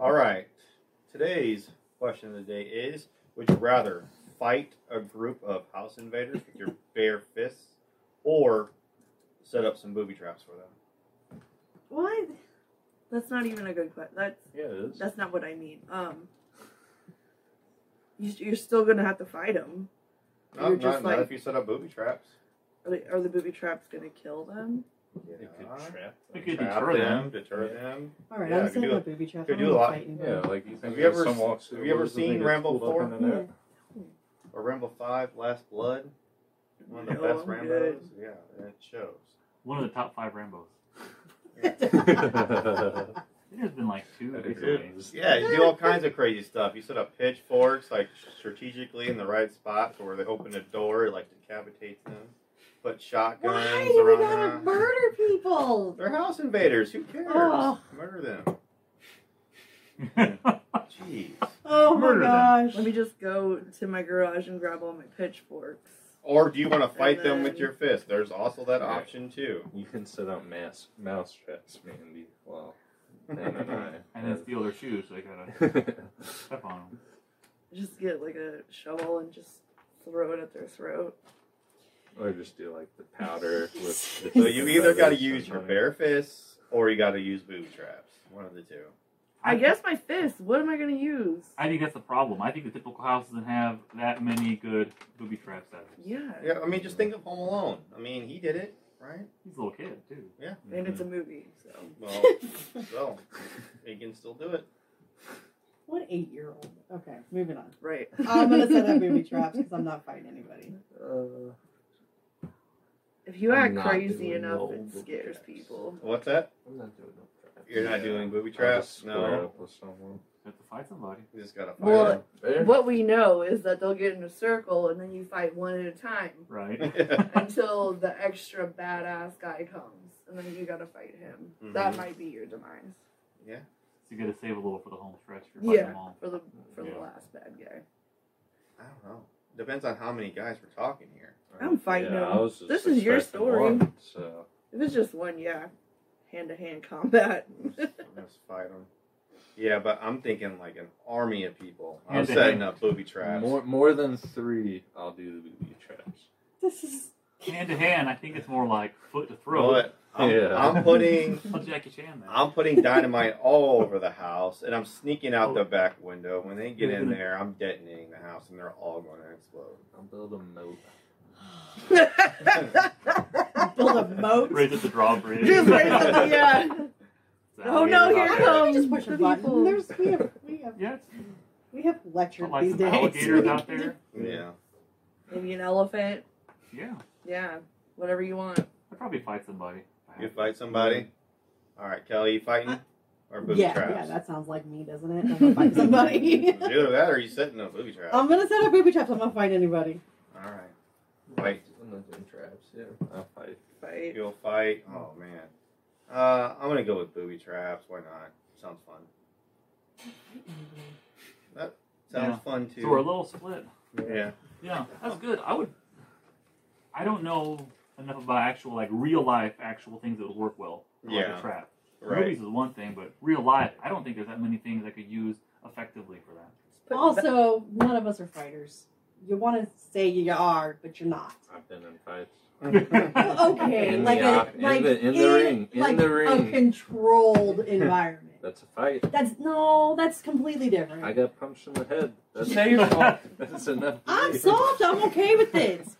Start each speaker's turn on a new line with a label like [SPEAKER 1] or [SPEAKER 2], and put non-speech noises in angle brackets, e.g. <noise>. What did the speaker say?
[SPEAKER 1] All right. Today's question of the day is Would you rather fight a group of house invaders with
[SPEAKER 2] <laughs>
[SPEAKER 1] your bare fists or set up some booby traps for them?
[SPEAKER 3] What? That's not even a good question. That's
[SPEAKER 1] Yeah, it is.
[SPEAKER 3] that's not what I mean. Um, you, you're still gonna have to fight them.
[SPEAKER 1] No,
[SPEAKER 3] you're
[SPEAKER 1] not,
[SPEAKER 3] just
[SPEAKER 1] not
[SPEAKER 3] like-
[SPEAKER 1] if you set up booby traps.
[SPEAKER 3] Are, the- are the booby traps gonna kill them?
[SPEAKER 1] Yeah.
[SPEAKER 2] It
[SPEAKER 1] You
[SPEAKER 2] could trap. them.
[SPEAKER 1] could deter them. Deter them.
[SPEAKER 4] All right,
[SPEAKER 1] Yeah, I
[SPEAKER 4] I'm
[SPEAKER 1] could
[SPEAKER 4] setting
[SPEAKER 1] do
[SPEAKER 4] up booby traps.
[SPEAKER 1] could
[SPEAKER 4] I'm
[SPEAKER 1] do a
[SPEAKER 4] not
[SPEAKER 1] lot.
[SPEAKER 4] fighting
[SPEAKER 2] Yeah,
[SPEAKER 4] them.
[SPEAKER 2] like you think.
[SPEAKER 1] Have you
[SPEAKER 2] there's
[SPEAKER 1] ever
[SPEAKER 2] some
[SPEAKER 1] s-
[SPEAKER 2] walks-
[SPEAKER 1] have you ever
[SPEAKER 2] what is the
[SPEAKER 1] seen
[SPEAKER 2] thing that's
[SPEAKER 1] Rambo
[SPEAKER 2] pulled up
[SPEAKER 1] 4?
[SPEAKER 2] in the net?
[SPEAKER 1] Or Rambo 5, Last Blood. One of the
[SPEAKER 3] No,
[SPEAKER 1] best
[SPEAKER 3] I'm
[SPEAKER 1] Rambos.
[SPEAKER 3] good.
[SPEAKER 1] Yeah, and it shows.
[SPEAKER 5] One of the top five Rambo's.
[SPEAKER 4] <laughs>
[SPEAKER 5] There's been like two
[SPEAKER 2] That
[SPEAKER 5] recently.
[SPEAKER 1] <laughs>
[SPEAKER 5] <laughs>
[SPEAKER 2] exists.
[SPEAKER 1] Yeah, you do all kinds of crazy stuff. You set up pitchforks like strategically in the right spot to where they open a door, it like decapitates them. Put shotguns
[SPEAKER 4] Why do we
[SPEAKER 1] around
[SPEAKER 4] gotta
[SPEAKER 1] them.
[SPEAKER 4] murder people?
[SPEAKER 1] They're house invaders. Who cares?
[SPEAKER 4] Oh.
[SPEAKER 1] Murder them. Jeez.
[SPEAKER 4] Oh
[SPEAKER 5] Murder
[SPEAKER 4] my
[SPEAKER 5] them.
[SPEAKER 4] gosh! <laughs>
[SPEAKER 3] Let me just go to my garage and grab all my pitchforks.
[SPEAKER 1] Or do you want to fight them with
[SPEAKER 3] then-
[SPEAKER 1] your fist? There's also that
[SPEAKER 2] Right.
[SPEAKER 1] option too.
[SPEAKER 2] <laughs> You can set up mass mouse traps, Mandy.
[SPEAKER 1] <laughs>
[SPEAKER 2] Well, Dan <laughs>
[SPEAKER 4] <laughs>
[SPEAKER 2] and I.
[SPEAKER 5] and then steal their shoes. So they got
[SPEAKER 2] <laughs>
[SPEAKER 5] a step on them.
[SPEAKER 3] Just get like a shovel and just throw it at their throat.
[SPEAKER 2] or just do like the <laughs> powder with. The
[SPEAKER 1] so you either got to
[SPEAKER 2] feathers
[SPEAKER 1] use your
[SPEAKER 2] sometimes.
[SPEAKER 1] bare fists or you got to use booby traps. One of the two.
[SPEAKER 3] I guess my fist. What am I gonna use?
[SPEAKER 5] I think that's the problem. I think the typical house doesn't have that many good booby traps out there.
[SPEAKER 3] Yeah.
[SPEAKER 1] Yeah, I mean, just think of Home Alone. I mean, he did it, right?
[SPEAKER 5] He's a little kid too.
[SPEAKER 2] Mm-hmm.
[SPEAKER 3] And it's a movie, so
[SPEAKER 1] Well,
[SPEAKER 4] <laughs>
[SPEAKER 1] so he can still do it.
[SPEAKER 4] what eight-year-old? Okay, moving on.
[SPEAKER 3] right.
[SPEAKER 4] Oh, I'm gonna set up
[SPEAKER 3] <laughs>
[SPEAKER 4] booby traps because I'm not fighting anybody.
[SPEAKER 2] Uh,
[SPEAKER 3] If you
[SPEAKER 2] I'm
[SPEAKER 3] act
[SPEAKER 2] not
[SPEAKER 3] crazy
[SPEAKER 2] doing
[SPEAKER 3] enough,
[SPEAKER 2] no
[SPEAKER 3] it
[SPEAKER 2] booby
[SPEAKER 3] scares
[SPEAKER 2] traps.
[SPEAKER 3] people.
[SPEAKER 1] What's that?
[SPEAKER 2] I'm not doing no traps.
[SPEAKER 1] You're not doing booby
[SPEAKER 2] I'll
[SPEAKER 1] traps?
[SPEAKER 2] just square
[SPEAKER 1] No.
[SPEAKER 2] up with someone.
[SPEAKER 5] You have to fight somebody.
[SPEAKER 1] You just gotta fight
[SPEAKER 3] Well,
[SPEAKER 2] There.
[SPEAKER 3] What we know is that they'll get in a circle and then you fight one at a time
[SPEAKER 5] <laughs> Right.
[SPEAKER 1] him. <laughs>
[SPEAKER 3] until the extra badass guy comes and then you gotta fight him. That
[SPEAKER 1] Mhm.
[SPEAKER 3] might be your demise.
[SPEAKER 5] So you gotta save a little for the home stretch. You're
[SPEAKER 3] Yeah.
[SPEAKER 5] fighting them all.
[SPEAKER 3] For the for the
[SPEAKER 5] Yeah.
[SPEAKER 3] last bad guy.
[SPEAKER 1] I don't know. Depends on how many guys we're talking
[SPEAKER 5] <laughs>
[SPEAKER 1] here.
[SPEAKER 3] I'm fighting
[SPEAKER 2] yeah, I
[SPEAKER 3] him.
[SPEAKER 2] was just
[SPEAKER 3] This is your
[SPEAKER 2] expecting
[SPEAKER 3] story.
[SPEAKER 2] One, so
[SPEAKER 3] If it's just one, yeah. Hand to hand combat.
[SPEAKER 1] Let's fight them. Yeah, but I'm thinking like an army of people. I'm
[SPEAKER 5] Hand to
[SPEAKER 1] setting
[SPEAKER 5] hand.
[SPEAKER 1] up booby traps.
[SPEAKER 2] more more than three, I'll do the booby traps.
[SPEAKER 4] This is
[SPEAKER 5] Hand to hand, I think it's more like foot to
[SPEAKER 1] Bro,
[SPEAKER 5] throat.
[SPEAKER 1] I'm,
[SPEAKER 2] Yeah.
[SPEAKER 1] I'm putting
[SPEAKER 5] I'll Jackie Chan then.
[SPEAKER 1] I'm
[SPEAKER 2] <laughs>
[SPEAKER 1] putting dynamite all over the house, and I'm sneaking out
[SPEAKER 5] Oh.
[SPEAKER 1] the back window. When they get
[SPEAKER 2] Mm-hmm.
[SPEAKER 1] in there, I'm detonating the house, and they're all going to
[SPEAKER 5] <laughs>
[SPEAKER 1] explode.
[SPEAKER 2] I'll build a moat.
[SPEAKER 4] build a moat.
[SPEAKER 5] Raise at the drawbridge. <laughs>
[SPEAKER 3] <laughs> just right at the yeah.
[SPEAKER 5] Exactly.
[SPEAKER 3] Oh, no,
[SPEAKER 5] Not
[SPEAKER 3] here
[SPEAKER 4] I
[SPEAKER 5] bad.
[SPEAKER 3] it comes.
[SPEAKER 4] can just push a
[SPEAKER 3] The
[SPEAKER 4] button.
[SPEAKER 3] people.
[SPEAKER 4] There's we have we have
[SPEAKER 5] Yeah, it's
[SPEAKER 4] we have lectured
[SPEAKER 5] like
[SPEAKER 4] these
[SPEAKER 5] some
[SPEAKER 4] days.
[SPEAKER 5] alligators
[SPEAKER 4] <laughs>
[SPEAKER 5] out
[SPEAKER 3] <laughs>
[SPEAKER 5] there.
[SPEAKER 1] Yeah.
[SPEAKER 3] Maybe an elephant.
[SPEAKER 5] Yeah,
[SPEAKER 3] Yeah. Whatever you want.
[SPEAKER 5] I'd probably fight somebody.
[SPEAKER 1] You fight somebody? All right, Kelly, you
[SPEAKER 5] Uh,
[SPEAKER 1] fighting? Or booby
[SPEAKER 4] yeah,
[SPEAKER 1] traps?
[SPEAKER 4] yeah, that sounds like me, doesn't it? I'm gonna fight somebody. <laughs>
[SPEAKER 1] It's Either that or you setting up booby traps.
[SPEAKER 5] Um,
[SPEAKER 4] I'm gonna set up booby traps. I'm not fighting anybody.
[SPEAKER 1] all right. Fight.
[SPEAKER 2] I'm not doing traps. Yeah, I'll fight.
[SPEAKER 3] Fight.
[SPEAKER 1] You'll fight. Oh man. Uh, I'm gonna go with booby traps. Why not? Sounds fun. Sounds
[SPEAKER 5] Yeah.
[SPEAKER 1] fun too.
[SPEAKER 5] So we're a little split.
[SPEAKER 1] yeah.
[SPEAKER 5] Yeah, that's good. I would. I don't know enough about actual like real life actual things that would work well. for, Like
[SPEAKER 1] Yeah.
[SPEAKER 5] a trap.
[SPEAKER 1] Right. <laughs>
[SPEAKER 5] Movies is one thing, but real life, I don't think there's that many things I could use effectively for that.
[SPEAKER 3] <laughs> Put-
[SPEAKER 4] Also, none of us are fighters. You want to say you are, but you're not.
[SPEAKER 2] I've been in fights.
[SPEAKER 4] Well, <laughs> okay,
[SPEAKER 2] In the
[SPEAKER 4] like
[SPEAKER 2] op-
[SPEAKER 4] a
[SPEAKER 2] in
[SPEAKER 4] like
[SPEAKER 2] the- in the ring, in
[SPEAKER 4] like
[SPEAKER 2] the
[SPEAKER 4] a
[SPEAKER 2] ring.
[SPEAKER 4] controlled environment.
[SPEAKER 2] That's a fight.
[SPEAKER 4] That's no, that's completely different.
[SPEAKER 2] I got punched in the head. <laughs> That's
[SPEAKER 5] Say your fault.
[SPEAKER 2] That's enough.
[SPEAKER 4] I'm soft. I'm okay with this.